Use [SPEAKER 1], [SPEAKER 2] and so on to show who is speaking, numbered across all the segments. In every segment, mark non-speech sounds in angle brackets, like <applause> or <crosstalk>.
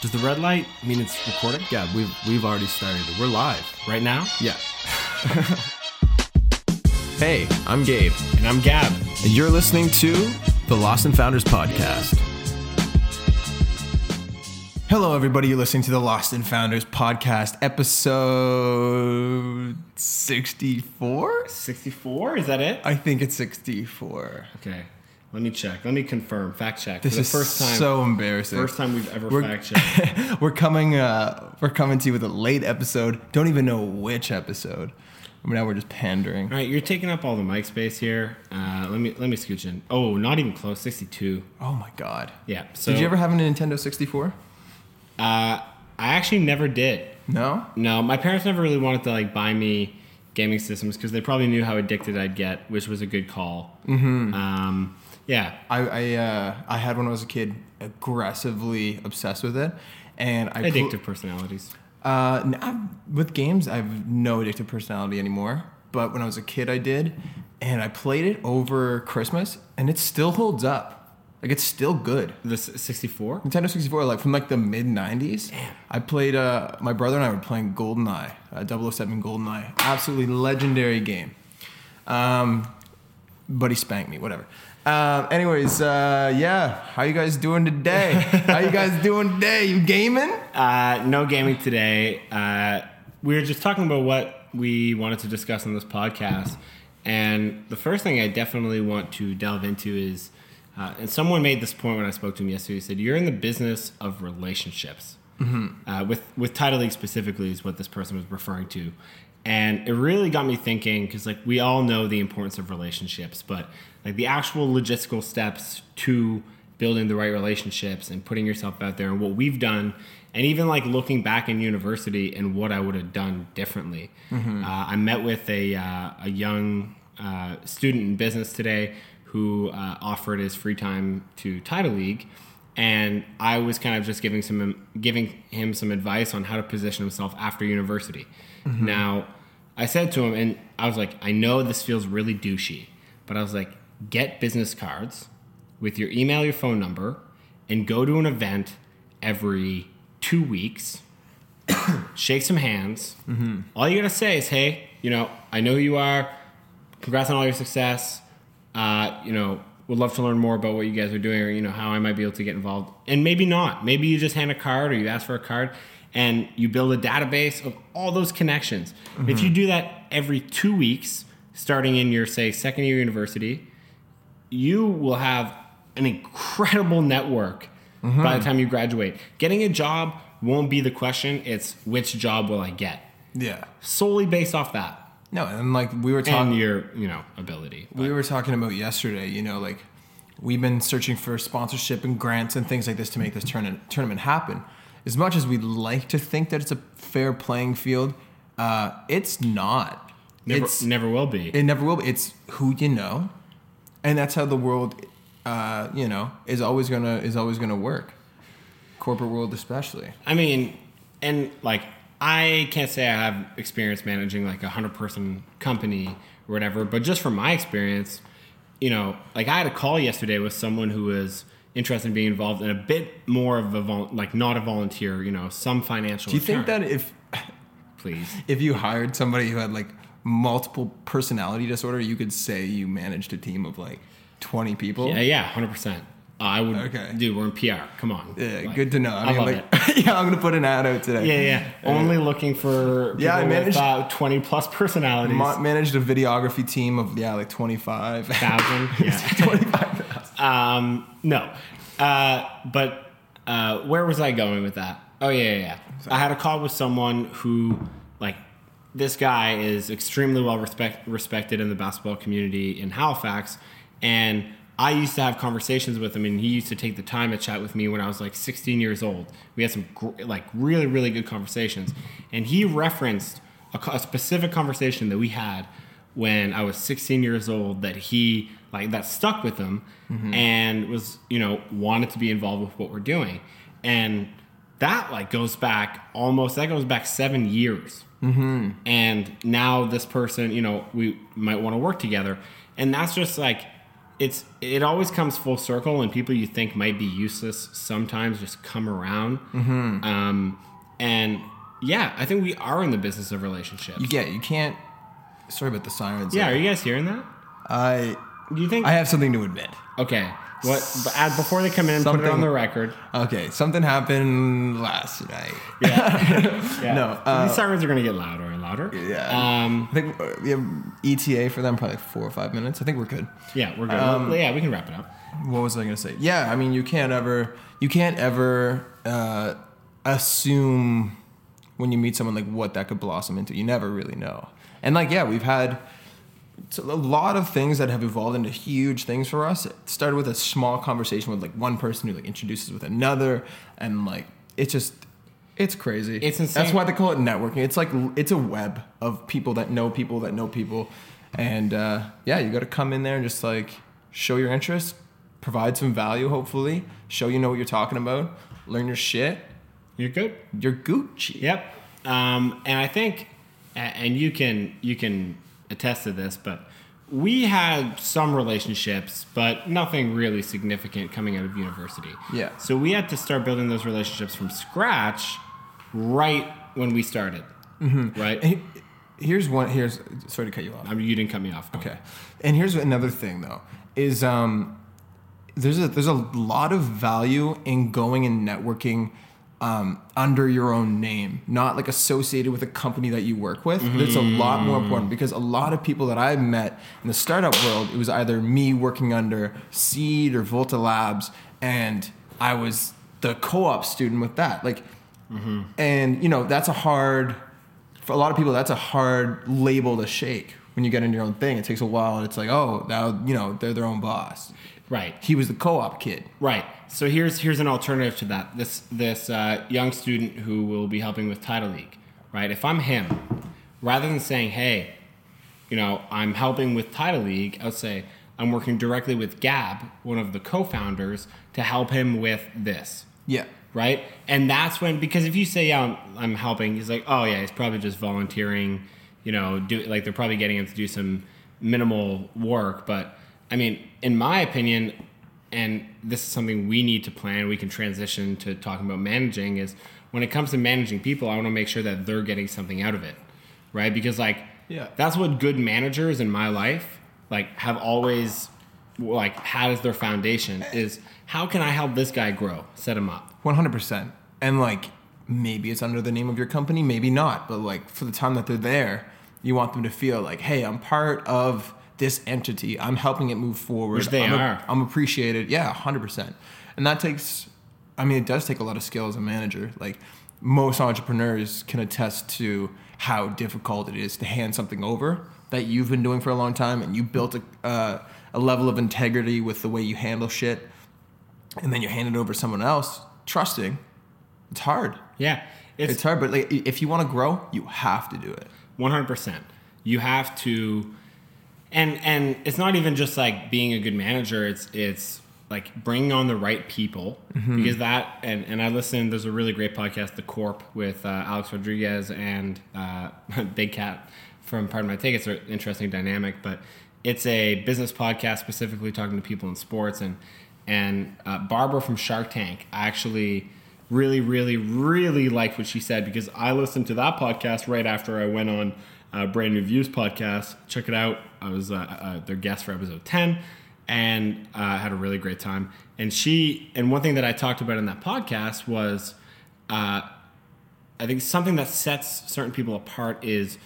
[SPEAKER 1] Does the red light mean it's recording
[SPEAKER 2] Yeah, we've we've already started. We're live.
[SPEAKER 1] right now?
[SPEAKER 2] Yeah. <laughs> hey, I'm Gabe,
[SPEAKER 1] And I'm Gab.
[SPEAKER 2] and you're listening to the Lost and Founders podcast.
[SPEAKER 3] Hello, everybody. You're listening to the Lost and Founders podcast, episode 64.
[SPEAKER 1] 64? Is that it?
[SPEAKER 3] I think it's 64.
[SPEAKER 1] Okay. Let me check. Let me confirm. Fact check.
[SPEAKER 3] This
[SPEAKER 1] For the
[SPEAKER 3] is
[SPEAKER 1] first time.
[SPEAKER 3] so embarrassing.
[SPEAKER 1] First time we've ever
[SPEAKER 3] We're-
[SPEAKER 1] fact <laughs> checked.
[SPEAKER 3] we're coming. Uh, we're coming to you with a late episode. Don't even know which episode. I mean, now we're just pandering.
[SPEAKER 1] All right, you're taking up all the mic space here. Uh, let me let me scooch in. Oh, not even close. 62.
[SPEAKER 3] Oh my god.
[SPEAKER 1] Yeah. So
[SPEAKER 3] Did you ever have a Nintendo 64?
[SPEAKER 1] Uh, I actually never did.
[SPEAKER 3] No.
[SPEAKER 1] No, my parents never really wanted to like buy me gaming systems because they probably knew how addicted I'd get, which was a good call. Mm-hmm. Um, yeah.
[SPEAKER 3] I I, uh, I had when I was a kid. Aggressively obsessed with it, and I pl-
[SPEAKER 1] Addictive personalities.
[SPEAKER 3] Uh, n- I've- with games, I have no addictive personality anymore. But when I was a kid, I did, and I played it over Christmas, and it still holds up. Like it's still good.
[SPEAKER 1] The s- 64?
[SPEAKER 3] Nintendo 64, like from like the mid 90s. I played. Uh, my brother and I were playing GoldenEye, uh, 007 GoldenEye, absolutely legendary game. Um, but he spanked me. Whatever. Um, anyways, uh, yeah. How you guys doing today? How you guys doing today? You gaming?
[SPEAKER 1] Uh, no gaming today. Uh, we were just talking about what we wanted to discuss on this podcast. And the first thing I definitely want to delve into is, uh, and someone made this point when I spoke to him yesterday. He said, You're in the business of relationships. Uh, with, with Title League specifically, is what this person was referring to. And it really got me thinking because, like, we all know the importance of relationships, but like the actual logistical steps to building the right relationships and putting yourself out there and what we've done and even like looking back in university and what i would have done differently uh, i met with a, uh, a young uh, student in business today who uh, offered his free time to title league and i was kind of just giving some giving him some advice on how to position himself after university now i said to him and i was like i know this feels really douchey but i was like get business cards with your email, your phone number, and go to an event every two weeks. <coughs> shake some hands. All you gotta say is, "Hey, you know, I know who you are. Congrats on all your success. Uh, you know, would love to learn more about what you guys are doing, or you know, how I might be able to get involved. And maybe not. Maybe you just hand a card, or you ask for a card, and you build a database of all those connections. If you do that every two weeks, starting in your say second year university, you will have an incredible network by the time you graduate. Getting a job won't be the question, it's which job will I get?
[SPEAKER 3] Yeah.
[SPEAKER 1] Solely based off that
[SPEAKER 3] No, and like we were talking.
[SPEAKER 1] and your, you know, ability.
[SPEAKER 3] we were talking about yesterday you know like we've been searching for sponsorship and grants and things like this to make this tourna- tournament happen as much as we'd like to think that it's a fair playing field uh, it's not
[SPEAKER 1] Never,
[SPEAKER 3] it's,
[SPEAKER 1] never will be.
[SPEAKER 3] it never will be it's who you know and that's how the world uh, you know is always gonna is always gonna work corporate world especially
[SPEAKER 1] I mean, and like I can't say I have experience managing like a hundred person company or whatever, but just from my experience, you know, like I had a call yesterday with someone who was interested in being involved in a bit more of a vol- like not a volunteer, you know, some financial.
[SPEAKER 3] do you think that if
[SPEAKER 1] please?
[SPEAKER 3] if you hired somebody who had like multiple personality disorder you could say you managed a team of like 20 people
[SPEAKER 1] Yeah, yeah, hundred percent. I would.
[SPEAKER 3] Okay.
[SPEAKER 1] Dude, we're in PR. Come on.
[SPEAKER 3] Yeah,
[SPEAKER 1] Like,
[SPEAKER 3] good to know. I, mean,
[SPEAKER 1] love
[SPEAKER 3] like,
[SPEAKER 1] it.
[SPEAKER 3] <laughs> yeah, I'm gonna put an ad out today.
[SPEAKER 1] Yeah, yeah. Only looking for people
[SPEAKER 3] Yeah, I
[SPEAKER 1] with
[SPEAKER 3] managed-
[SPEAKER 1] uh, twenty plus personalities.
[SPEAKER 3] Ma- managed a videography team of yeah, like 25. <laughs>
[SPEAKER 1] thousand. Yeah.
[SPEAKER 3] 25.
[SPEAKER 1] Um, no. Uh, but uh, where was I going with that? Oh yeah, yeah. yeah. I had a call with someone who, like, this guy is extremely well respect- respected in the basketball community in Halifax, and I used to have conversations with him, and he used to take the time to chat with me when I was like 16 years old. We had some gr- like really really good conversations, and he referenced a, co- a specific conversation that we had when I was 16 years old that he like that stuck with him and was you know wanted to be involved with what we're doing and that like goes back almost that goes back seven years mm-hmm. and now this person you know we might want to work together and that's just like it's it always comes full circle and people you think might be useless sometimes just come around um, and yeah i think we are in the business of relationships
[SPEAKER 3] You get you can't. Sorry about the sirens.
[SPEAKER 1] yeah are you guys hearing that
[SPEAKER 3] I
[SPEAKER 1] do you think
[SPEAKER 3] I have something to admit.
[SPEAKER 1] okay what but add before they come in put it on
[SPEAKER 3] Something-
[SPEAKER 1] the
[SPEAKER 3] <laughs>
[SPEAKER 1] record
[SPEAKER 3] Okay, something happened last night.
[SPEAKER 1] yeah.
[SPEAKER 3] No, uh,
[SPEAKER 1] these sirens are gonna get louder and louder
[SPEAKER 3] Yeah.
[SPEAKER 1] um
[SPEAKER 3] I think uh, we have ETA for them probably like four or five minutes. I think we're good.
[SPEAKER 1] yeah we're good
[SPEAKER 3] Um,
[SPEAKER 1] yeah we can wrap it up
[SPEAKER 3] What was I gonna say? Yeah, I mean you can't ever you can't ever uh, assume when you meet someone like what that could blossom into. You never really know. And like yeah, we've had so a lot of things that have evolved into huge things for us. It started with a small conversation with like one person who like introduces with another, and like it's just it's crazy.
[SPEAKER 1] It's insane.
[SPEAKER 3] That's why they call it networking. It's like it's a web of people that know people that know people, and uh, yeah, you got to come in there and just like show your interest, provide some value, hopefully, show you know what you're talking about, learn your shit.
[SPEAKER 1] you're good
[SPEAKER 3] You're Gucci.
[SPEAKER 1] Yep. Um, and I think, a- and you can you can attest to this, but we had some relationships, but nothing really significant coming out of university.
[SPEAKER 3] Yeah.
[SPEAKER 1] So we had to start building those relationships from scratch, right when we started.
[SPEAKER 3] Mm-hmm.
[SPEAKER 1] Right.
[SPEAKER 3] And he- here's one. Here's sorry to cut you off.
[SPEAKER 1] I mean, you didn't cut me off.
[SPEAKER 3] Okay. And here's another thing though is um, there's a there's a lot of value in going and networking um, under your own name, not like associated with a company that you work with. That's a lot more important because a lot of people that I've met in the startup world, it was either me working under Seed or Volta Labs, and I was the co-op student with that. Like, and you know that's a hard for a lot of people that's a hard label to shake when you get into your own thing it takes a while and it's like oh now you know they're their own boss
[SPEAKER 1] Right.
[SPEAKER 3] he was the co-op kid
[SPEAKER 1] Right. So here's here's an alternative to that. This this uh, young student who will be helping with Title League, right? If I'm him, rather than saying, "Hey, you know, I'm helping with Title League," I'll say, "I'm working directly with Gab, one of the co-founders, to help him with this."
[SPEAKER 3] yeah
[SPEAKER 1] Right. And that's when because if you say, "Yeah, I'm, I'm helping," he's like, "Oh yeah, he's probably just volunteering," you know, do like they're probably getting him to do some minimal work. But I mean, in my opinion, and this is something we need to plan. We can transition to talking about managing. Is when it comes to managing people, I want to make sure that they're getting something out of it, right? Because like,
[SPEAKER 3] Yeah.
[SPEAKER 1] that's what good managers in my life like have always like had as their foundation is how can I help this guy grow, set him up.
[SPEAKER 3] 100% and like maybe it's under the name of your company maybe not but like for the time that they're there you want them to feel like hey i'm part of this entity i'm helping it move forward
[SPEAKER 1] Which they
[SPEAKER 3] I'm, a-
[SPEAKER 1] are.
[SPEAKER 3] I'm appreciated yeah 100% and that takes i mean it does take a lot of skill as a manager like most entrepreneurs can attest to how difficult it is to hand something over that you've been doing for a long time and you built a, uh, a level of integrity with the way you handle shit and then you hand it over to someone else, trusting. It's hard.
[SPEAKER 1] Yeah,
[SPEAKER 3] It's,
[SPEAKER 1] it's
[SPEAKER 3] hard, but like i- if you want to grow, you have to do it.
[SPEAKER 1] one hundred percent. You have to, and and it's not even just like being a good manager. It's it's like bringing on the right people because that and and I listened. There's a really great podcast, The Corp, with uh, Alex Rodriguez and uh, <laughs> Big Cat from Pardon My Take. It's an interesting dynamic, but it's a business podcast specifically talking to people in sports and and uh, Barbara from Shark Tank actually really, really, really liked what she said because I listened to that podcast right after I went on uh, Brand New Views podcast. Check it out. I was uh, uh, their guest for episode 10 and uh, had a really great time. And she, and one thing that I talked about in that podcast was I think something that sets certain people apart is,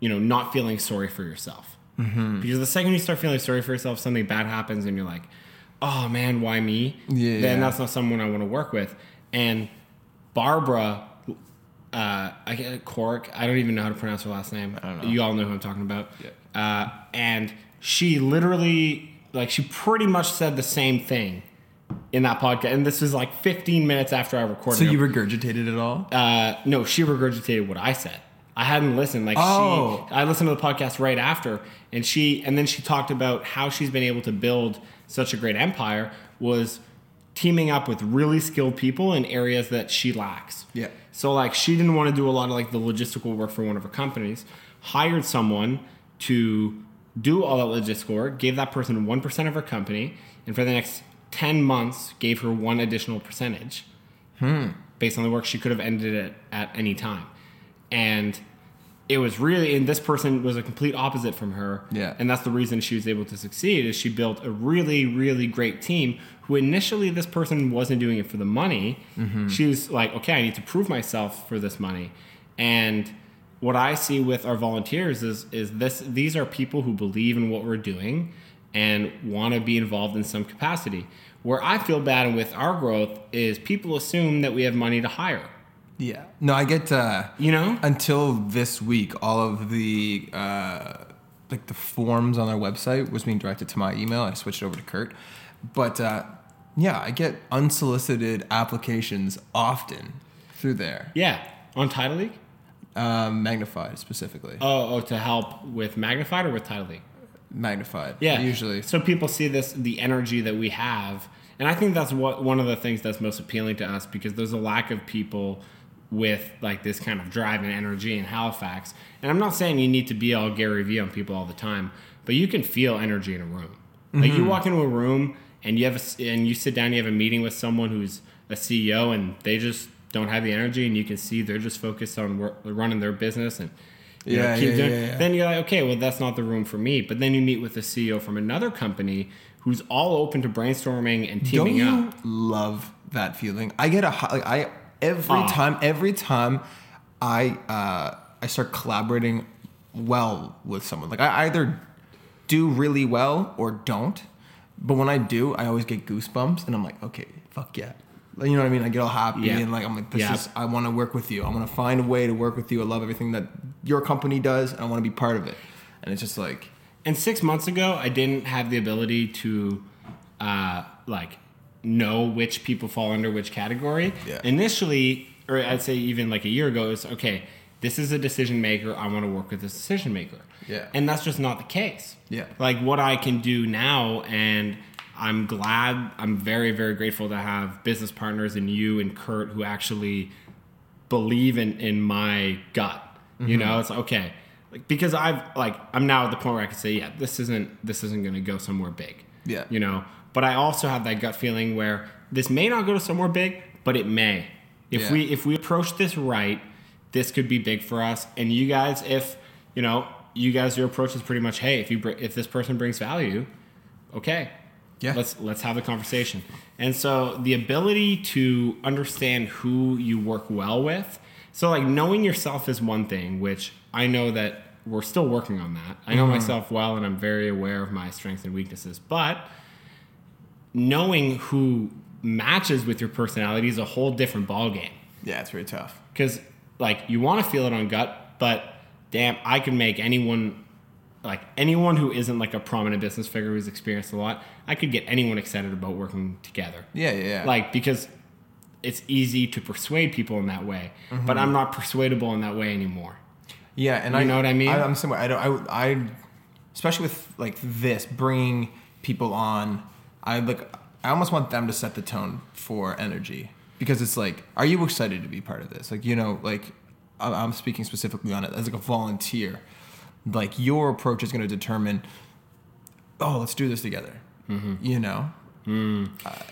[SPEAKER 1] you know, not feeling sorry for yourself.
[SPEAKER 3] Mm-hmm.
[SPEAKER 1] Because the second you start feeling sorry for yourself, something bad happens, and you're like, "Oh man, why me?"
[SPEAKER 3] Yeah.
[SPEAKER 1] Then that's not someone I want to work with. And Barbara, uh, I get Cork. I don't even know how to pronounce her last name. I
[SPEAKER 3] don't know.
[SPEAKER 1] You all know who I'm talking about. Uh, and she literally, like, she pretty much said the same thing in that podcast. And this was like 15 minutes after I recorded.
[SPEAKER 3] So
[SPEAKER 1] it
[SPEAKER 3] you regurgitated it all?
[SPEAKER 1] uh, no, she regurgitated what I said. I hadn't listened. Like
[SPEAKER 3] Oh.
[SPEAKER 1] she, I listened to the podcast right after, and she, and then she talked about how she's been able to build such a great empire was teaming up with really skilled people in areas that she lacks.
[SPEAKER 3] Yeah.
[SPEAKER 1] So like she didn't want to do a lot of like the logistical work for one of her companies, hired someone to do all that Logiscore, gave that person 1% of her company, and for the next 10 months gave her one additional percentage based on the work she could have ended it at any time. And it was really, and this person was a complete opposite from her.
[SPEAKER 3] Yeah.
[SPEAKER 1] And that's the reason she was able to succeed is she built a really, really great team who initially this person wasn't doing it for the money. She was like, okay, I need to prove myself for this money. And what I see with our volunteers is, is this, these are people who believe in what we're doing and want to be involved in some capacity. Where I feel bad with our growth is people assume that we have money to hire.
[SPEAKER 3] Yeah. No, I get uh,
[SPEAKER 1] You know?
[SPEAKER 3] until this week, all of the uh, like the forms on our website was being directed to my email. I switched over to Kurt, but uh, yeah, I get unsolicited applications often through there,
[SPEAKER 1] Yeah. On Title League?
[SPEAKER 3] uh, Magnified specifically.
[SPEAKER 1] Oh, oh, to help with Magnified or with Title League?
[SPEAKER 3] Magnified,
[SPEAKER 1] Yeah.
[SPEAKER 3] usually.
[SPEAKER 1] So people see this, the energy that we have. And I think that's what one of the things that's most appealing to us because there's a lack of people with like this kind of drive and energy in Halifax. And I'm not saying you need to be all Gary Vee on people all the time, but you can feel energy in a room. Like
[SPEAKER 3] Mm-hmm.
[SPEAKER 1] you walk into a room and you have a s and you sit down, you have a meeting with someone who's a CEO and they just don't have the energy and you can see they're just focused on wor- running their business and you know,
[SPEAKER 3] Yeah,
[SPEAKER 1] keep
[SPEAKER 3] yeah,
[SPEAKER 1] doing-
[SPEAKER 3] yeah, yeah.
[SPEAKER 1] then you're like, okay, well, that's not the room for me. But then you meet with the CEO from another company who's all open to brainstorming and
[SPEAKER 3] Don't
[SPEAKER 1] teaming
[SPEAKER 3] you
[SPEAKER 1] up.
[SPEAKER 3] love that feeling? I get a hi- like I every
[SPEAKER 1] Ah.
[SPEAKER 3] time every time I uh, I start collaborating well with someone. Like I either do really well or don't. But when I do, I always get goosebumps, and I'm like, okay, fuck yeah. Like, you know what I mean? I get all happy,
[SPEAKER 1] Yeah.
[SPEAKER 3] and like I'm like, this
[SPEAKER 1] Yeah.
[SPEAKER 3] is. I want to work with you. I want to find a way to work with you. I love everything that your company does, and I want to be part of it. And it's just like,
[SPEAKER 1] And six months ago, I didn't have the ability to, uh, like, know which people fall under which category.
[SPEAKER 3] Yeah.
[SPEAKER 1] Initially, or I'd say even like a year ago, it's okay. This is a decision maker. I want to work with this decision maker.
[SPEAKER 3] Yeah.
[SPEAKER 1] And that's just not the case.
[SPEAKER 3] Yeah.
[SPEAKER 1] Like what I can do now, and I'm glad. I'm very, very grateful to have business partners and you and Kurt who actually believe in in my gut.
[SPEAKER 3] Mm-hmm.
[SPEAKER 1] You know, it's like, okay, like because I've like I'm now at the point where I can say, yeah, this isn't this isn't going to go somewhere big.
[SPEAKER 3] Yeah.
[SPEAKER 1] you know. But I also have that gut feeling where this may not go to somewhere big, but it may. If
[SPEAKER 3] Yeah.
[SPEAKER 1] we if we approach this right, this could be big for us. And you guys, if you know, you guys, your approach is pretty much, hey, if you br- if this person brings value, okay,
[SPEAKER 3] Yeah.
[SPEAKER 1] let's let's have a conversation. And so the ability to understand who you work well with. So like knowing yourself is one thing, which I know that we're still working on that. I know myself well and I'm very aware of my strengths and weaknesses, but knowing who matches with your personality is a whole different ballgame.
[SPEAKER 3] yeah, it's really tough.
[SPEAKER 1] Because like you want to feel it on gut, but damn, I can make anyone like anyone who isn't like a prominent business figure who's experienced a lot, I could get anyone excited about working together.
[SPEAKER 3] Yeah, yeah, yeah.
[SPEAKER 1] Like because it's easy to persuade people in that way,
[SPEAKER 3] Mm-hmm.
[SPEAKER 1] but I'm not persuadable in that way anymore.
[SPEAKER 3] Yeah, and
[SPEAKER 1] You
[SPEAKER 3] I
[SPEAKER 1] know what I mean?
[SPEAKER 3] I, am somewhere. I don't. I, I, especially with like this, bringing people on. I like. I almost want them to set the tone for energy because it's like, are you excited to be part of this? Like, you know, like I- I'm speaking specifically on it as like a volunteer. Like your approach is going to determine. Oh, let's do this together.
[SPEAKER 1] Mm-hmm.
[SPEAKER 3] You know. Uh,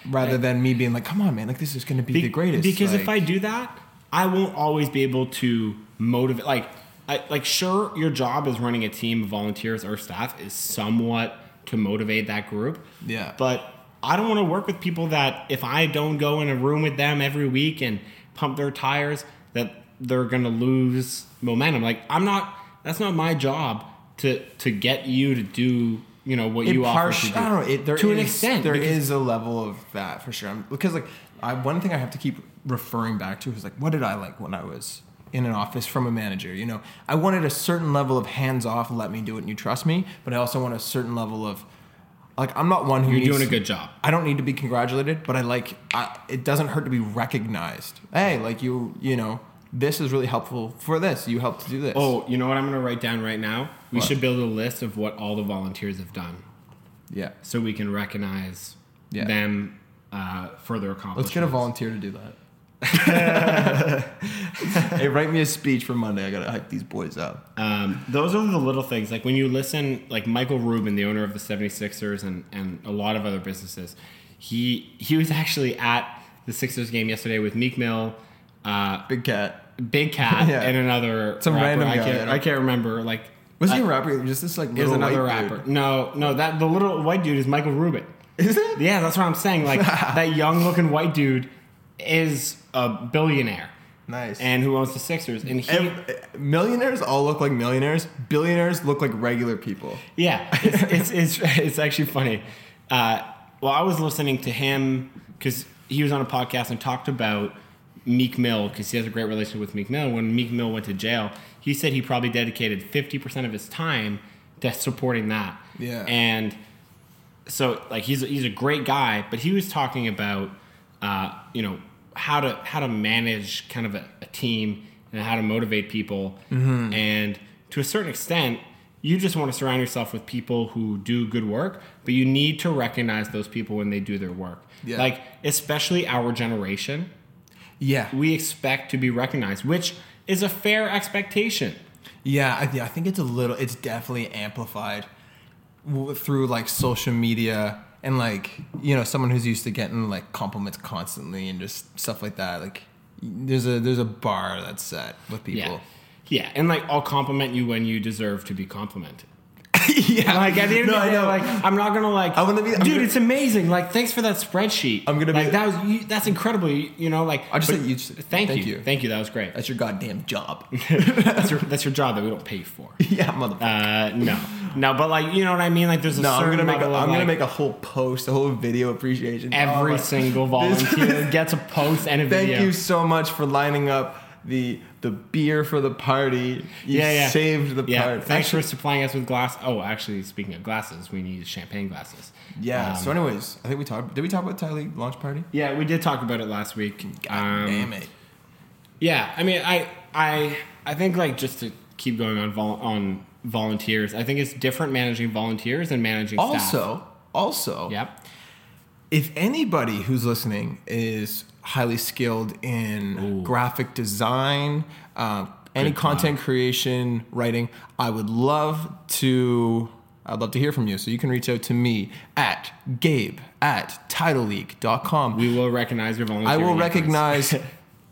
[SPEAKER 3] rather than me being like, come on, man, like this is going to be, the
[SPEAKER 1] Mm. Be-
[SPEAKER 3] greatest.
[SPEAKER 1] Because if I
[SPEAKER 3] Like,
[SPEAKER 1] do that, I won't always be able to motivate. Like, I, like sure, your job as running a team of volunteers or staff is somewhat to motivate that group.
[SPEAKER 3] Yeah.
[SPEAKER 1] But I don't want to work with people that if I don't go in a room with them every week and pump their tires, that they're gonna lose momentum. Like I'm not. That's not my job to to get you to do. You know what
[SPEAKER 3] it
[SPEAKER 1] you
[SPEAKER 3] partial-
[SPEAKER 1] offer to do.
[SPEAKER 3] I don't know. It, there
[SPEAKER 1] to an
[SPEAKER 3] is-
[SPEAKER 1] extent,
[SPEAKER 3] there
[SPEAKER 1] because-
[SPEAKER 3] is a level of that for sure. I'm- because like I, one thing I have to keep referring back to is like, what did I like when I was in an office from a manager? You know, I wanted a certain level of hands off, let me do it, and you trust me. But I also want a certain level of like I'm not one who
[SPEAKER 1] You're
[SPEAKER 3] needs-
[SPEAKER 1] doing a good job.
[SPEAKER 3] I don't need to be congratulated, but I like I, it doesn't hurt to be recognized. Hey, like you, you know, this is really helpful for this. You helped to do this.
[SPEAKER 1] Oh, you know what I'm going to write down right now? We
[SPEAKER 3] What?
[SPEAKER 1] should build a list of what all the volunteers have done
[SPEAKER 3] yeah.
[SPEAKER 1] so we can recognize
[SPEAKER 3] Yeah.
[SPEAKER 1] them uh, for their accomplishments.
[SPEAKER 3] Let's get a volunteer to do that. <laughs> Hey, write me a speech for Monday. I gotta hype these boys up.
[SPEAKER 1] Um, those are the little things. Like when you listen, like Michael Rubin, the owner of the 76ers and, and a lot of other businesses, he he was actually at the Sixers game yesterday with Meek Mill, uh,
[SPEAKER 3] Big cat.
[SPEAKER 1] Big Cat,
[SPEAKER 3] <laughs> Yeah.
[SPEAKER 1] and another
[SPEAKER 3] Some
[SPEAKER 1] rapper.
[SPEAKER 3] random
[SPEAKER 1] I
[SPEAKER 3] guy, I
[SPEAKER 1] can't,
[SPEAKER 3] don't-
[SPEAKER 1] I can't remember. Like
[SPEAKER 3] Was
[SPEAKER 1] uh,
[SPEAKER 3] he a rapper? Just this like
[SPEAKER 1] it was
[SPEAKER 3] little
[SPEAKER 1] another
[SPEAKER 3] white dude.
[SPEAKER 1] rapper. No, no, that the little white dude is Michael Rubin.
[SPEAKER 3] Is it?
[SPEAKER 1] Yeah, that's what I'm saying.
[SPEAKER 3] <laughs>
[SPEAKER 1] Like that young looking white dude is a billionaire
[SPEAKER 3] Nice.
[SPEAKER 1] and who owns the Sixers. And he
[SPEAKER 3] Ev- millionaires all look like millionaires. Billionaires look like regular people.
[SPEAKER 1] Yeah, it's it's it's, <laughs> it's actually funny. Uh, well, I was listening to him because he was on a podcast and talked about Meek Mill because he has a great relationship with Meek Mill. When Meek Mill went to jail, he said he probably dedicated fifty percent of his time to supporting that.
[SPEAKER 3] Yeah.
[SPEAKER 1] and so like he's a, he's a great guy, but he was talking about uh, you know how to how to manage kind of a, a team and how to motivate people, and to a certain extent, you just want to surround yourself with people who do good work, but you need to recognize those people when they do their work.
[SPEAKER 3] Yeah.
[SPEAKER 1] Like especially our generation,
[SPEAKER 3] Yeah.
[SPEAKER 1] we expect to be recognized, which is a fair expectation.
[SPEAKER 3] Yeah, I, yeah, I think it's a little. It's definitely amplified w- through like social media and like you know someone who's used to getting like compliments constantly and just stuff like that. Like there's a there's a bar that's set with people.
[SPEAKER 1] Yeah, and like I'll compliment you when you deserve to be complimented.
[SPEAKER 3] Yeah,
[SPEAKER 1] <laughs> Like at the end
[SPEAKER 3] no,
[SPEAKER 1] of the
[SPEAKER 3] I
[SPEAKER 1] day,
[SPEAKER 3] know.
[SPEAKER 1] like I'm not gonna like.
[SPEAKER 3] I'm gonna be- I'm
[SPEAKER 1] dude.
[SPEAKER 3] gonna-
[SPEAKER 1] it's amazing. Like thanks for that spreadsheet.
[SPEAKER 3] I'm gonna be-
[SPEAKER 1] like that was you, that's incredible. You, you know, like
[SPEAKER 3] I just
[SPEAKER 1] but-
[SPEAKER 3] said you just-
[SPEAKER 1] Thank,
[SPEAKER 3] thank
[SPEAKER 1] you.
[SPEAKER 3] you.
[SPEAKER 1] thank you. That was
[SPEAKER 3] <laughs>
[SPEAKER 1] great.
[SPEAKER 3] that's your
[SPEAKER 1] <laughs>
[SPEAKER 3] goddamn job.
[SPEAKER 1] That's your that's your job that we don't pay for.
[SPEAKER 3] <laughs> yeah, motherfucker.
[SPEAKER 1] Uh, no, no, but like you know what I mean. Like there's a
[SPEAKER 3] no, I'm
[SPEAKER 1] certain
[SPEAKER 3] gonna make a,
[SPEAKER 1] level of,
[SPEAKER 3] I'm gonna
[SPEAKER 1] like,
[SPEAKER 3] make a whole post, a whole video appreciation.
[SPEAKER 1] every
[SPEAKER 3] Oh, my- <laughs>
[SPEAKER 1] single volunteer gets a post and a
[SPEAKER 3] Thank
[SPEAKER 1] video.
[SPEAKER 3] you so much for lining up the the beer for the party. You
[SPEAKER 1] yeah, yeah.
[SPEAKER 3] saved the
[SPEAKER 1] yeah.
[SPEAKER 3] party.
[SPEAKER 1] Thanks for supplying us with glass. Oh, actually, speaking of glasses, we need champagne glasses.
[SPEAKER 3] Yeah.
[SPEAKER 1] Um,
[SPEAKER 3] so, anyways, I think we talked. Did we talk about Tyler launch party?
[SPEAKER 1] yeah, we did talk about it last week. Um,
[SPEAKER 3] it!
[SPEAKER 1] Yeah, I mean, I I I think like just to keep going on vol- on volunteers, I think it's different managing volunteers and managing staff.
[SPEAKER 3] Also, also,
[SPEAKER 1] Yep.
[SPEAKER 3] if anybody who's listening is highly skilled in graphic design, um, any content creation, writing, I would love to. I'd love to hear from you. So you can reach out to me at gabe at titleleak.com.
[SPEAKER 1] We will recognize your volunteer.
[SPEAKER 3] I will
[SPEAKER 1] efforts. <laughs>
[SPEAKER 3] recognize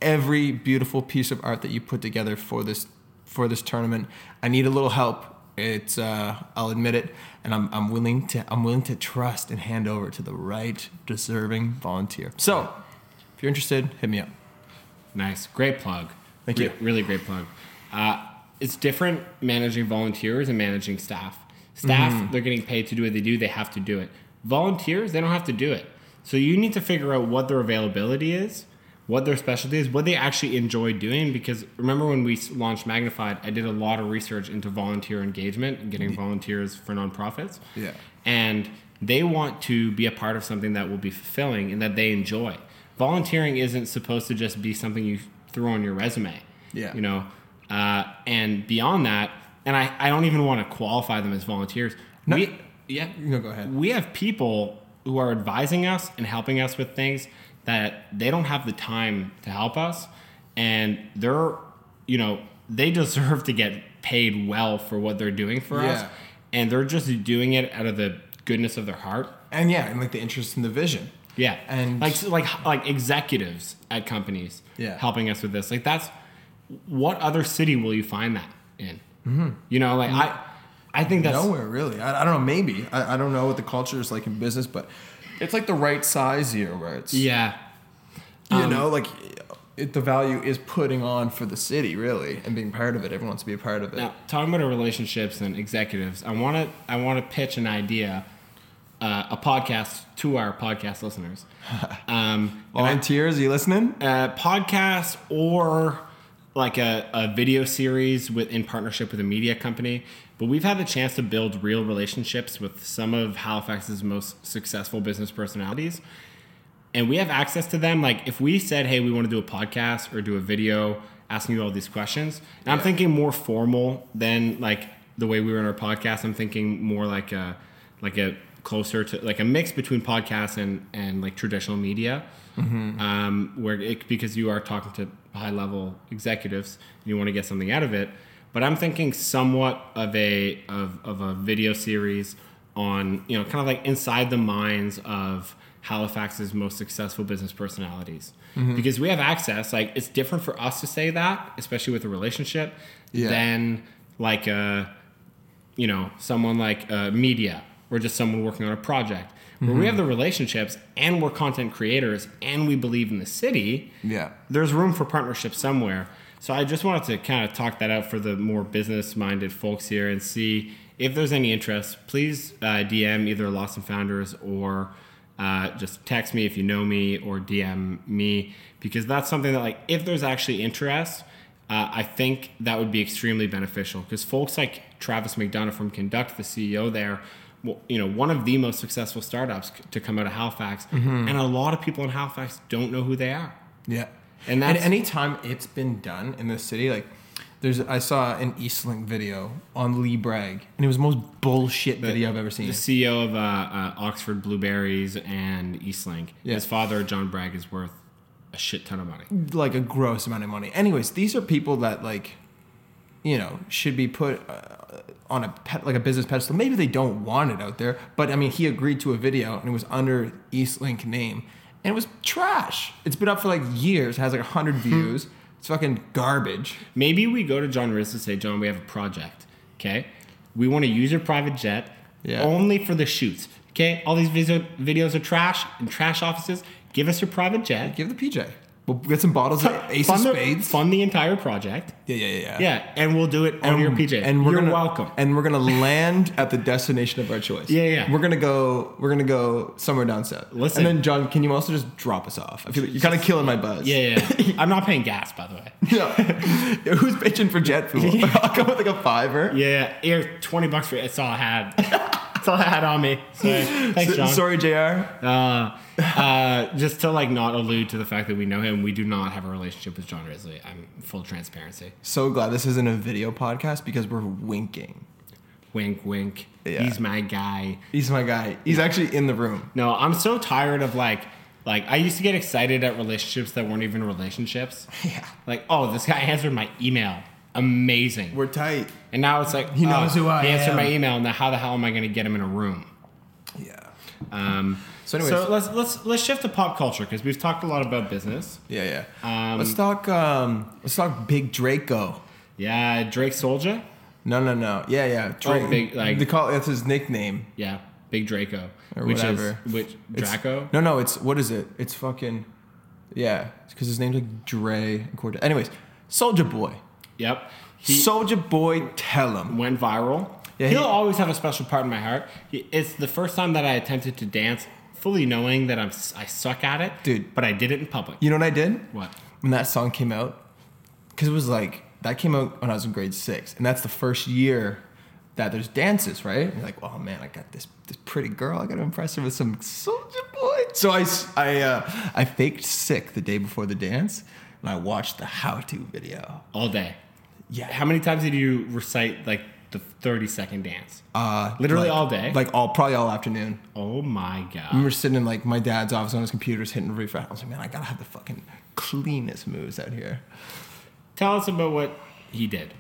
[SPEAKER 3] every beautiful piece of art that you put together for this for this tournament. I need a little help. It's uh, I'll admit it, and I'm, I'm willing to I'm willing to trust and hand over to the right deserving volunteer. So, if you're interested, hit me up.
[SPEAKER 1] Nice. Great plug.
[SPEAKER 3] Thank
[SPEAKER 1] Re-
[SPEAKER 3] you.
[SPEAKER 1] Really great plug. Uh, it's different managing volunteers and managing staff. Staff,
[SPEAKER 3] Mm-hmm.
[SPEAKER 1] they're getting paid to do what they do, they have to do it. Volunteers, they don't have to do it. So you need to figure out what their availability is, what their specialty is, what they actually enjoy doing. Because remember when we s- launched Magnified, I did a lot of research into volunteer engagement and getting volunteers for nonprofits.
[SPEAKER 3] Mm-hmm. Yeah.
[SPEAKER 1] And they want to be a part of something that will be fulfilling and that they enjoy. Volunteering isn't supposed to just be something you throw on your resume.
[SPEAKER 3] Yeah.
[SPEAKER 1] You know, uh, and beyond that, and I, I don't even want to qualify them as volunteers.
[SPEAKER 3] No.
[SPEAKER 1] We, yeah.
[SPEAKER 3] No, go ahead.
[SPEAKER 1] We have people who are advising us and helping us with things that they don't have the time to help us. And they're, you know, they <laughs> deserve to get paid well for what they're doing for us
[SPEAKER 3] Yeah.
[SPEAKER 1] and they're just doing it out of the goodness of their heart.
[SPEAKER 3] And yeah, and like the interest in the vision.
[SPEAKER 1] Yeah,
[SPEAKER 3] And-
[SPEAKER 1] like like like executives at companies
[SPEAKER 3] Yeah.
[SPEAKER 1] helping us with this. Like that's what other city will you find that in? Mm-hmm. You know, like I I think that's
[SPEAKER 3] Nowhere really. I, I don't know. Maybe I, I don't know what the culture is like in business, but it's like the right size here where it's
[SPEAKER 1] yeah Um,
[SPEAKER 3] you know like it, the value is putting on for the city really and being part of it everyone wants to be a part of it
[SPEAKER 1] Now, talking about our relationships and executives, I want to I want to pitch an idea, uh, a podcast to our podcast listeners. Um, and I-
[SPEAKER 3] volunteers are you listening
[SPEAKER 1] uh, podcast or like a, a video series with in partnership with a media company. But we've had the chance to build real relationships with some of Halifax's most successful business personalities. And we have access to them. Like if we said, hey, we want to do a podcast or do a video asking you all these questions, and I'm thinking more formal than like the way we were in our podcast. I'm thinking more like a like a closer to like a mix between podcasts and and like traditional media, um, where it, because you are talking to high level executives and you want to get something out of it. But I'm thinking somewhat of a of of a video series on you know kind of like inside the minds of Halifax's most successful business personalities because we have access. Like it's different for us to say that, especially with a relationship,
[SPEAKER 3] Yeah.
[SPEAKER 1] than like a you know, someone like uh, media or just someone working on a project where we have the relationships and we're content creators and we believe in the city,
[SPEAKER 3] Yeah.
[SPEAKER 1] there's room for partnership somewhere. So I just wanted to kind of talk that out for the more business minded folks here and see if there's any interest. Please uh, DM either Lost and Founders or uh, just text me if you know me or DM me because that's something that like if there's actually interest, uh, I think that would be extremely beneficial because folks like Travis McDonough from Conduct, the CEO there, w- you know, one of the most successful startups c- to come out of Halifax, and a lot of people in Halifax don't know who they are.
[SPEAKER 3] Yeah.
[SPEAKER 1] And that's-
[SPEAKER 3] anytime it's been done in the city, like there's I saw an Eastlink video on Lee Bragg, and it was the most bullshit video I've ever seen.
[SPEAKER 1] the CEO of uh, uh, Oxford Blueberries and Eastlink.
[SPEAKER 3] Yeah.
[SPEAKER 1] His father, John Bragg, is worth a shit ton of money.
[SPEAKER 3] like a gross amount of money. Anyways, these are people that like, you know, should be put uh, on a pet, like a business pedestal. Maybe they don't want it out there, but I mean, he agreed to a video and it was under Eastlink name, and it was trash. It's been up for like years, has like hundred views. It's fucking garbage.
[SPEAKER 1] Maybe we go to John Riz and say, John, we have a project. Okay, we want to use your private jet
[SPEAKER 3] Yeah.
[SPEAKER 1] only for the shoots. Okay, all these viso- videos are trash and trash offices. Give us your private jet.
[SPEAKER 3] Give the PJ. We'll get some bottles of Ace of
[SPEAKER 1] fund, the,
[SPEAKER 3] Spades.
[SPEAKER 1] fund the entire project.
[SPEAKER 3] yeah, yeah, yeah,
[SPEAKER 1] Yeah, and we'll do it on your PJ.
[SPEAKER 3] And we're
[SPEAKER 1] You're
[SPEAKER 3] gonna,
[SPEAKER 1] welcome.
[SPEAKER 3] And we're gonna land at the destination of our choice.
[SPEAKER 1] Yeah, yeah.
[SPEAKER 3] We're gonna go. We're gonna go somewhere down south.
[SPEAKER 1] Listen.
[SPEAKER 3] And then John, can you also just drop us off? I feel like you're kind of killing my buzz.
[SPEAKER 1] yeah, yeah, yeah. <coughs> I'm not paying gas, by the way.
[SPEAKER 3] No. <laughs> Who's pitching for jet fuel? <laughs> I'll come with like a fiver.
[SPEAKER 1] Yeah, here, twenty bucks for that's all I
[SPEAKER 3] <laughs>
[SPEAKER 1] had. that's all I had on me. Sorry. Thanks,
[SPEAKER 3] S-
[SPEAKER 1] John.
[SPEAKER 3] Sorry, Jr.
[SPEAKER 1] Uh, uh, just to like not allude to the fact that we know him, we do not have a relationship with John Risley. I'm full transparency.
[SPEAKER 3] So glad this isn't a video podcast because we're winking.
[SPEAKER 1] Wink, wink.
[SPEAKER 3] Yeah.
[SPEAKER 1] He's my guy.
[SPEAKER 3] He's my guy. He's actually in the room.
[SPEAKER 1] No, I'm so tired of like, like I used to get excited at relationships that weren't even relationships.
[SPEAKER 3] <laughs> Yeah.
[SPEAKER 1] Like, oh, this guy answered my email. Amazing.
[SPEAKER 3] We're tight.
[SPEAKER 1] and now it's like
[SPEAKER 3] He knows
[SPEAKER 1] oh,
[SPEAKER 3] who I
[SPEAKER 1] He answered
[SPEAKER 3] am.
[SPEAKER 1] my email. Now how the hell am I going to get him in a room?
[SPEAKER 3] Yeah.
[SPEAKER 1] Um,
[SPEAKER 3] So
[SPEAKER 1] so,
[SPEAKER 3] anyways-
[SPEAKER 1] let's let's let's shift to pop culture because we've talked a lot about business.
[SPEAKER 3] Yeah, yeah. let's talk. Um, let's talk Big Draco.
[SPEAKER 1] Yeah, Drake Soldier.
[SPEAKER 3] No, no, no. Yeah, yeah. Drake.
[SPEAKER 1] Oh, big, like-
[SPEAKER 3] they call that's his nickname.
[SPEAKER 1] Yeah, Big Draco,
[SPEAKER 3] Or
[SPEAKER 1] which
[SPEAKER 3] whatever.
[SPEAKER 1] is which
[SPEAKER 3] It's-
[SPEAKER 1] Draco.
[SPEAKER 3] No, no. It's what is it? It's fucking. Yeah, because his name's like Dre Cortez. Anyways, Soldier Boy.
[SPEAKER 1] Yep, he
[SPEAKER 3] Soldier Boy, tell him.
[SPEAKER 1] went viral.
[SPEAKER 3] Yeah,
[SPEAKER 1] He'll
[SPEAKER 3] he-
[SPEAKER 1] always have a special part in my heart. He- It's the first time that I attempted to dance, fully knowing that I'm s- I suck at it,
[SPEAKER 3] Dude.
[SPEAKER 1] But I did it in public.
[SPEAKER 3] You know what I did
[SPEAKER 1] What?
[SPEAKER 3] when that song came out? Because it was like that came out when I was in grade six, and that's the first year that there's dances, right? And you're like, oh man, I got this this pretty girl. I got to impress her with some Soldier Boy. So I s- I uh, I faked sick the day before the dance, and I watched the how to video.
[SPEAKER 1] All day.
[SPEAKER 3] Yeah.
[SPEAKER 1] How many times did you recite like the 30 second dance?
[SPEAKER 3] Uh,
[SPEAKER 1] Literally
[SPEAKER 3] like-
[SPEAKER 1] all day?
[SPEAKER 3] Like all probably all afternoon.
[SPEAKER 1] oh my god.
[SPEAKER 3] I remember sitting in like my dad's office on his computers hitting refresh. I was like, man, I gotta have the fucking cleanest moves out here.
[SPEAKER 1] Tell us about what he did.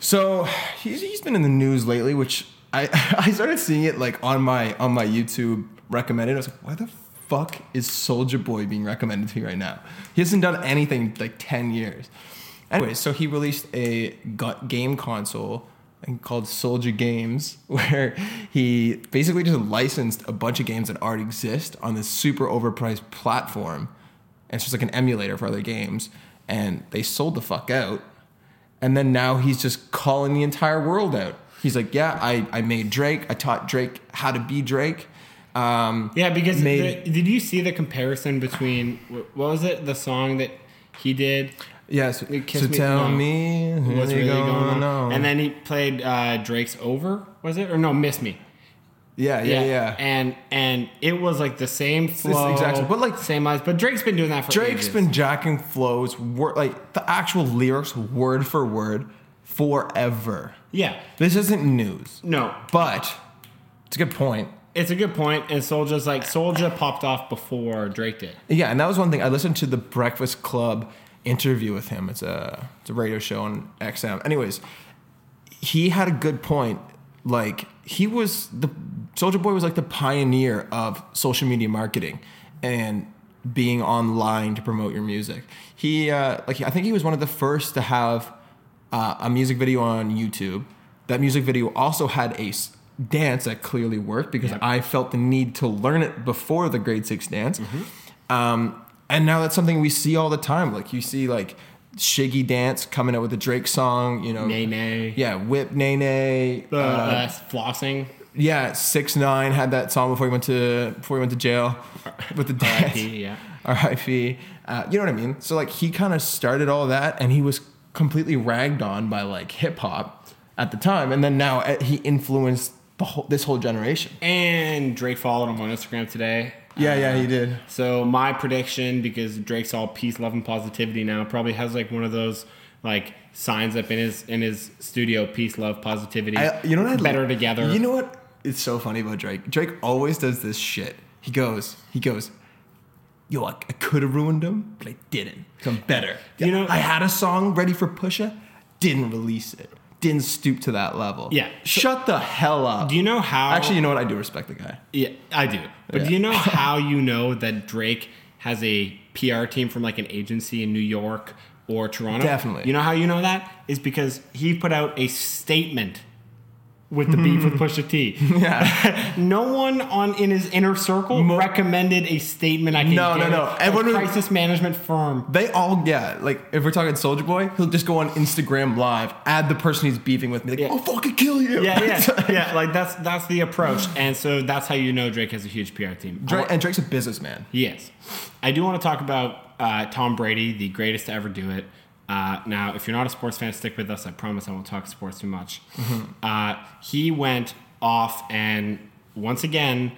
[SPEAKER 3] So he's, he's been in the news lately, which I <laughs> I started seeing it like on my on my YouTube recommended. I was like, why the fuck is Soldier Boy being recommended to me right now? He hasn't done anything in, like ten years. Anyway, so he released a gu- game console and called Soldier Games, <laughs> where he basically just licensed a bunch of games that already exist on this super overpriced platform. And it's just like an emulator for other games. And they sold the fuck out. And then now he's just calling the entire world out. He's like, yeah, I, I made Drake. I taught Drake how to be Drake. Um,
[SPEAKER 1] Yeah, because
[SPEAKER 3] Made-
[SPEAKER 1] the, did you see the comparison between wh- what was it the song that he did
[SPEAKER 3] yes.
[SPEAKER 1] You kiss
[SPEAKER 3] so
[SPEAKER 1] me- no.
[SPEAKER 3] tell me
[SPEAKER 1] what's
[SPEAKER 3] what's
[SPEAKER 1] really going on?
[SPEAKER 3] on.
[SPEAKER 1] And then he played uh, Drake's "Over" was it or no "Miss Me"?
[SPEAKER 3] yeah, yeah, yeah.
[SPEAKER 1] And and it was like the same
[SPEAKER 3] the
[SPEAKER 1] flow,
[SPEAKER 3] exact same- but, like-
[SPEAKER 1] same eyes. But Drake's been doing that for
[SPEAKER 3] Drake's
[SPEAKER 1] ages.
[SPEAKER 3] been jacking flows, word, like the actual lyrics, word for word, forever.
[SPEAKER 1] yeah
[SPEAKER 3] This isn't news,
[SPEAKER 1] no
[SPEAKER 3] but It's a good point.
[SPEAKER 1] It's a good point, and Soulja's like Soulja popped off before Drake did.
[SPEAKER 3] Yeah, and that was one thing. I listened to the Breakfast Club interview with him. It's a it's a radio show on XM. Anyways, he had a good point. Like he was the Soldier Boy was like the pioneer of social media marketing and being online to promote your music. He uh, like I think he was one of the first to have uh, a music video on YouTube. That music video also had a s- dance that clearly worked because
[SPEAKER 1] Yeah.
[SPEAKER 3] I felt the need to learn it before the grade six dance. Um, and now that's something we see all the time. Like you see like Shiggy dance coming out with a Drake song, you know,
[SPEAKER 1] Nay nay.
[SPEAKER 3] yeah, Whip Nay Nay.
[SPEAKER 1] The uh,
[SPEAKER 3] uh,
[SPEAKER 1] flossing.
[SPEAKER 3] yeah, six nine had that song before he went to before he went to jail with the dance. <laughs>
[SPEAKER 1] R.I.P., yeah.
[SPEAKER 3] R.I.P. Uh, you know what I mean? So like he kind of started all that, and he was completely ragged on by like hip hop at the time, and then now uh, he influenced the whole this whole generation.
[SPEAKER 1] And Drake followed him on Instagram today.
[SPEAKER 3] Yeah, yeah, he did.
[SPEAKER 1] So my prediction, because Drake's all peace, love, and positivity now, probably has like one of those like signs up in his in his studio: peace, love, positivity.
[SPEAKER 3] I, you know what? I
[SPEAKER 1] better together.
[SPEAKER 3] You know what? It's so funny about Drake. Drake always does this shit. He goes, he goes, yo, I, I could have ruined him, but I didn't. 'cause I'm better.
[SPEAKER 1] You know-
[SPEAKER 3] I had a song ready for Pusha, didn't release it, didn't stoop to that level.
[SPEAKER 1] Yeah.
[SPEAKER 3] Shut the hell up.
[SPEAKER 1] Do you know how?
[SPEAKER 3] Actually, you know what? I do respect the guy. <laughs>
[SPEAKER 1] yeah, I do. But do
[SPEAKER 3] Yeah. <laughs>
[SPEAKER 1] you know how you know that Drake has a PR team from like an agency in New York or Toronto?
[SPEAKER 3] Definitely.
[SPEAKER 1] You know how you know that is because he put out a statement
[SPEAKER 3] <laughs>
[SPEAKER 1] with the beef with Pusha T.
[SPEAKER 3] Yeah.
[SPEAKER 1] No one on in his inner circle recommended a statement. I can
[SPEAKER 3] No, no,
[SPEAKER 1] give
[SPEAKER 3] no.
[SPEAKER 1] a
[SPEAKER 3] Everyone would-
[SPEAKER 1] crisis management firm.
[SPEAKER 3] They all, yeah, like if we're talking Soldier Boy, he'll just go on Instagram Live, add the person he's beefing with, and be like,
[SPEAKER 1] Yeah.
[SPEAKER 3] I'll fucking kill you.
[SPEAKER 1] Yeah, <laughs>
[SPEAKER 3] <laughs>
[SPEAKER 1] yeah, yeah. Like that's that's the approach, and so that's how you know Drake has a huge PR team. I
[SPEAKER 3] Drake,
[SPEAKER 1] want-
[SPEAKER 3] and Drake's a businessman.
[SPEAKER 1] yes, I do want to talk about uh, Tom Brady, the greatest to ever do it. Uh, now, if you're not a sports fan, stick with us. I promise I won't talk sports too much.
[SPEAKER 3] Mm-hmm.
[SPEAKER 1] Uh, he went off and once again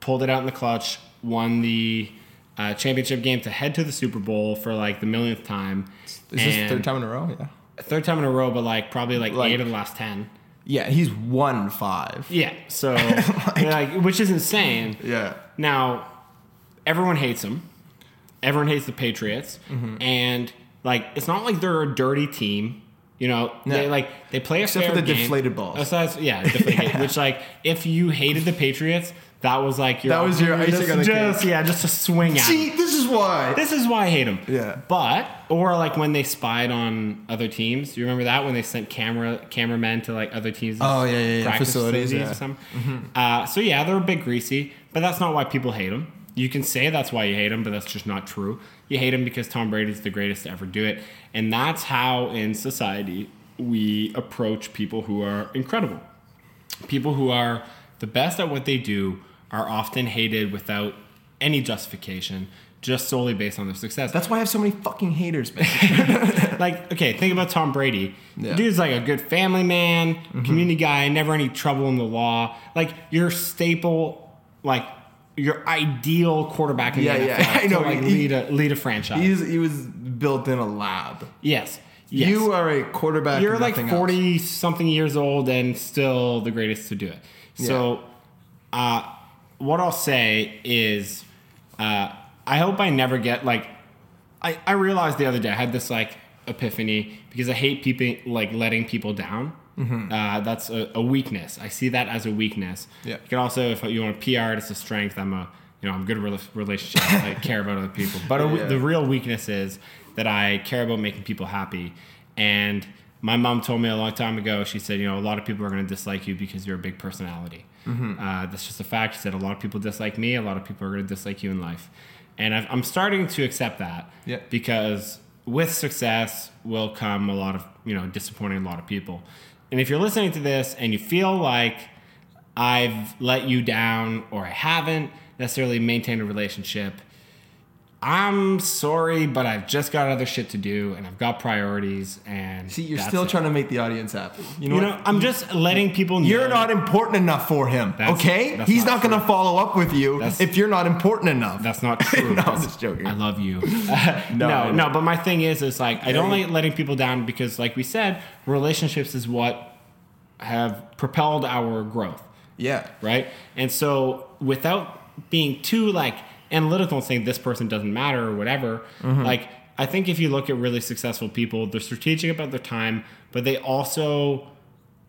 [SPEAKER 1] pulled it out in the clutch, won the uh, championship game to head to the Super Bowl for like the millionth time.
[SPEAKER 3] Is this the
[SPEAKER 1] And-
[SPEAKER 3] third time in a row? Yeah.
[SPEAKER 1] third time in a row, but like probably like,
[SPEAKER 3] Like-
[SPEAKER 1] eight of the last ten.
[SPEAKER 3] Yeah, he's one five.
[SPEAKER 1] Yeah. So
[SPEAKER 3] <laughs>
[SPEAKER 1] like, which is insane.
[SPEAKER 3] Yeah.
[SPEAKER 1] Now, everyone hates him. Everyone hates the Patriots,
[SPEAKER 3] Mm-hmm.
[SPEAKER 1] and like it's not like they're a dirty team. You know, they
[SPEAKER 3] No.
[SPEAKER 1] like they play a
[SPEAKER 3] Except for
[SPEAKER 1] fair
[SPEAKER 3] the
[SPEAKER 1] game.
[SPEAKER 3] deflated balls.
[SPEAKER 1] Besides- yeah, deflated
[SPEAKER 3] <laughs>
[SPEAKER 1] game, which like if you hated the Patriots, that was like your
[SPEAKER 3] That was your
[SPEAKER 1] opportunity
[SPEAKER 3] icing
[SPEAKER 1] to
[SPEAKER 3] on the cake.
[SPEAKER 1] just, Yeah, just a swing at. 'em.
[SPEAKER 3] See, this is why.
[SPEAKER 1] This is why I hate him.
[SPEAKER 3] Yeah.
[SPEAKER 1] But or like when they spied on other teams. You remember that when they sent camera cameramen to like other teams.
[SPEAKER 3] Oh, yeah, yeah, yeah.
[SPEAKER 1] practice
[SPEAKER 3] Facilities, yeah. Mm-hmm.
[SPEAKER 1] or something. Uh, so yeah, they're a bit greasy, but that's not why people hate him. You can say that's why you hate him, but that's just not true. You hate him because Tom Brady's the greatest to ever do it, and that's how in society we approach people who are incredible people who are the best at what they do are often hated without any justification just solely based on their success
[SPEAKER 3] That's why I have so many fucking haters,
[SPEAKER 1] <laughs>
[SPEAKER 3] man.
[SPEAKER 1] like okay think about tom brady
[SPEAKER 3] Yeah. Mm-hmm.
[SPEAKER 1] dude's like a good family man community guy never any trouble in the law like your staple like your ideal quarterback in
[SPEAKER 3] Yeah,
[SPEAKER 1] the
[SPEAKER 3] yeah.
[SPEAKER 1] NFL
[SPEAKER 3] <laughs> I know.
[SPEAKER 1] to like
[SPEAKER 3] He-
[SPEAKER 1] lead a lead a franchise
[SPEAKER 3] He's he was built in a lab.
[SPEAKER 1] yes yes
[SPEAKER 3] You are a quarterback.
[SPEAKER 1] you're
[SPEAKER 3] and
[SPEAKER 1] like
[SPEAKER 3] nothing
[SPEAKER 1] 40 something years old and still the greatest to do it. So, uh, what I'll say is, uh, I hope I never get like, I, I realized the other day I had this like epiphany because I hate people like letting people down.
[SPEAKER 3] Mm-hmm.
[SPEAKER 1] Uh, that's a, a weakness. I see that as a weakness.
[SPEAKER 3] Yeah.
[SPEAKER 1] You can also, if you want to PR, it, it's a strength. I'm a, you know, I'm good with relationships. I care about other people. But a,
[SPEAKER 3] <laughs> Yeah.
[SPEAKER 1] the real weakness is that I care about making people happy. And my mom told me a long time ago, she said, you know, a lot of people are going to dislike you because you're a big personality. Uh, that's just a fact. She said, a lot of people dislike me. A lot of people are going to dislike you in life. And I've, I'm starting to accept that
[SPEAKER 3] Yeah.
[SPEAKER 1] because with success will come a lot of, you know, disappointing a lot of people. And if you're listening to this and you feel like, I've let you down or I haven't necessarily maintained a relationship. I'm sorry, but I've just got other shit to do and I've got priorities and
[SPEAKER 3] See, you're still trying to make the audience happy. You know,
[SPEAKER 1] You
[SPEAKER 3] what?
[SPEAKER 1] know, I'm just letting people know
[SPEAKER 3] you're not important enough for him.
[SPEAKER 1] That's-
[SPEAKER 3] okay,
[SPEAKER 1] that's
[SPEAKER 3] he's
[SPEAKER 1] not
[SPEAKER 3] not, going to
[SPEAKER 1] true.
[SPEAKER 3] follow up with you
[SPEAKER 1] That's-
[SPEAKER 3] if you're not important enough.
[SPEAKER 1] that's not true.
[SPEAKER 3] <laughs> no, I'm just joking.
[SPEAKER 1] I love
[SPEAKER 3] <laughs>
[SPEAKER 1] you. <laughs> no,
[SPEAKER 3] I
[SPEAKER 1] no,
[SPEAKER 3] know.
[SPEAKER 1] But my thing is, is like I don't
[SPEAKER 3] Yeah.
[SPEAKER 1] like letting people down because, like we said, relationships is what have propelled our growth.
[SPEAKER 3] Yeah.
[SPEAKER 1] right? And so without being too like analytical and saying this person doesn't matter or whatever, like I think if you look at really successful people, they're strategic about their time, but they also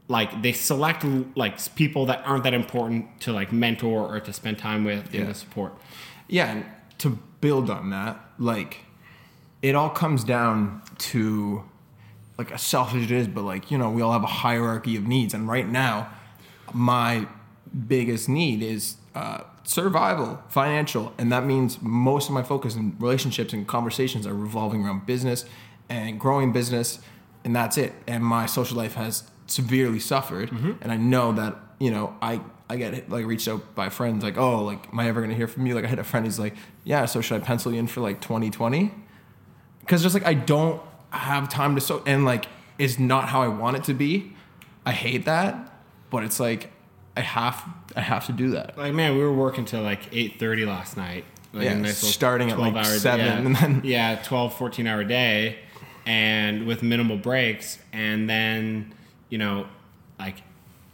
[SPEAKER 1] like they select like s- people that aren't that important to like mentor or to spend time with and
[SPEAKER 3] Yeah.
[SPEAKER 1] to support.
[SPEAKER 3] Yeah, and to build on that, like it all comes down to like as selfish it is, but like, you know, we all have a hierarchy of needs. And right now, my biggest need is uh, survival, financial. And that means most of my focus in relationships and conversations are revolving around business and growing business. And that's it. And my social life has severely suffered. And I know that, you know, I, I get like reached out by friends like, oh, like, am I ever going to hear from you? Like, I had a friend who's like, yeah, so should I pencil you in for like 2020? because just like I don't have time to so and like it's not how I want it to be. I hate that, but it's like I have I have to do that.
[SPEAKER 1] Like man, we were working till like 8:30 last night. Like
[SPEAKER 3] Yeah,
[SPEAKER 1] little
[SPEAKER 3] starting at, like,
[SPEAKER 1] 12
[SPEAKER 3] 7
[SPEAKER 1] yeah,
[SPEAKER 3] and then-
[SPEAKER 1] <laughs> yeah, 12 14 hour day and with minimal breaks and then, you know, like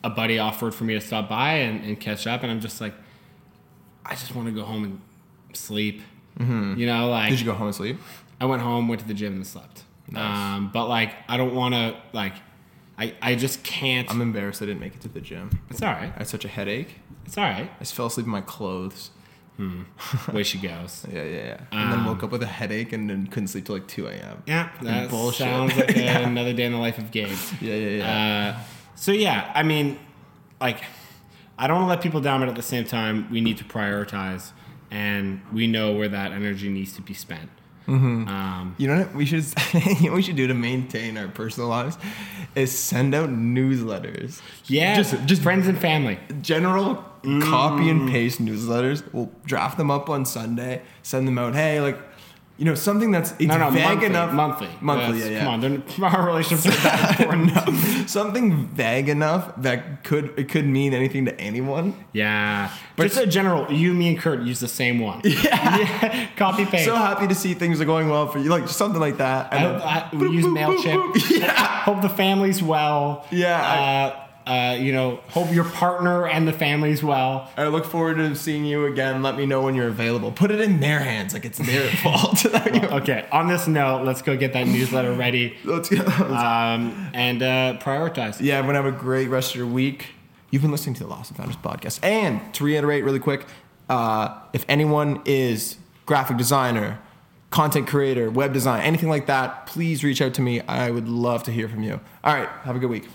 [SPEAKER 1] a buddy offered for me to stop by and, and catch up and I'm just like I just want to go home and sleep. You know, like
[SPEAKER 3] Mm-hmm. Did you go home and sleep?
[SPEAKER 1] I went home, went to the gym and slept. Um, but like I don't want to like I I just can't
[SPEAKER 3] I'm embarrassed I didn't make it to the gym.
[SPEAKER 1] It's all right.
[SPEAKER 3] I had such a headache.
[SPEAKER 1] It's all right.
[SPEAKER 3] I just fell asleep in my clothes.
[SPEAKER 1] Way she goes.
[SPEAKER 3] Yeah, yeah, yeah. And then woke up with a headache and then couldn't sleep till like 2 a.m.
[SPEAKER 1] Yeah, that
[SPEAKER 3] bullshit.
[SPEAKER 1] sounds
[SPEAKER 3] <laughs>
[SPEAKER 1] like a- another day in the life of Gabe.
[SPEAKER 3] Yeah, yeah, yeah.
[SPEAKER 1] Uh, so yeah, I mean, like, I don't want to let people down, but at the same time, we need to prioritize, and we know where that energy needs to be spent.
[SPEAKER 3] Mm-hmm.
[SPEAKER 1] Um,
[SPEAKER 3] You know what we should <laughs> you know what we should do to maintain our personal lives is send out newsletters.
[SPEAKER 1] yeah,
[SPEAKER 3] Just
[SPEAKER 1] just, friends and family.
[SPEAKER 3] general
[SPEAKER 1] Mm.
[SPEAKER 3] copy and paste newsletters. We'll draft them up on Sunday, send them out. Hey, like, you know, something that's it's
[SPEAKER 1] No, no,
[SPEAKER 3] vague
[SPEAKER 1] monthly,
[SPEAKER 3] enough.
[SPEAKER 1] monthly,
[SPEAKER 3] monthly,
[SPEAKER 1] That's-
[SPEAKER 3] yeah, yeah.
[SPEAKER 1] Come on, they're- <laughs> our relationships are that
[SPEAKER 3] <laughs>
[SPEAKER 1] important.
[SPEAKER 3] Something vague enough that could it could mean anything to anyone.
[SPEAKER 1] Yeah, but just a general. You, me, and Kurt use the same
[SPEAKER 3] <laughs>
[SPEAKER 1] one. Yeah, <laughs> copy paste.
[SPEAKER 3] So happy to see things are going well for you, like just something like that.
[SPEAKER 1] I,
[SPEAKER 3] And then-
[SPEAKER 1] I, we use Mailchimp.
[SPEAKER 3] <laughs>
[SPEAKER 1] Hope the family's well.
[SPEAKER 3] Yeah,
[SPEAKER 1] Uh, uh, you know, hope your partner and the family's well.
[SPEAKER 3] I look forward to seeing you again. Let me know when you're available. Put it in their hands, like it's
[SPEAKER 1] <laughs>
[SPEAKER 3] their fault. <laughs>
[SPEAKER 1] Okay. On this note, let's go get that newsletter ready
[SPEAKER 3] Let's go.
[SPEAKER 1] um, and uh, prioritize.
[SPEAKER 3] Yeah, everyone have a great rest of your week. You've been listening to the Lost and Founders podcast. And to reiterate really quick, uh, if anyone is graphic designer, content creator, web design, anything like that, please reach out to me. I would love to hear from you. All right, have a good week.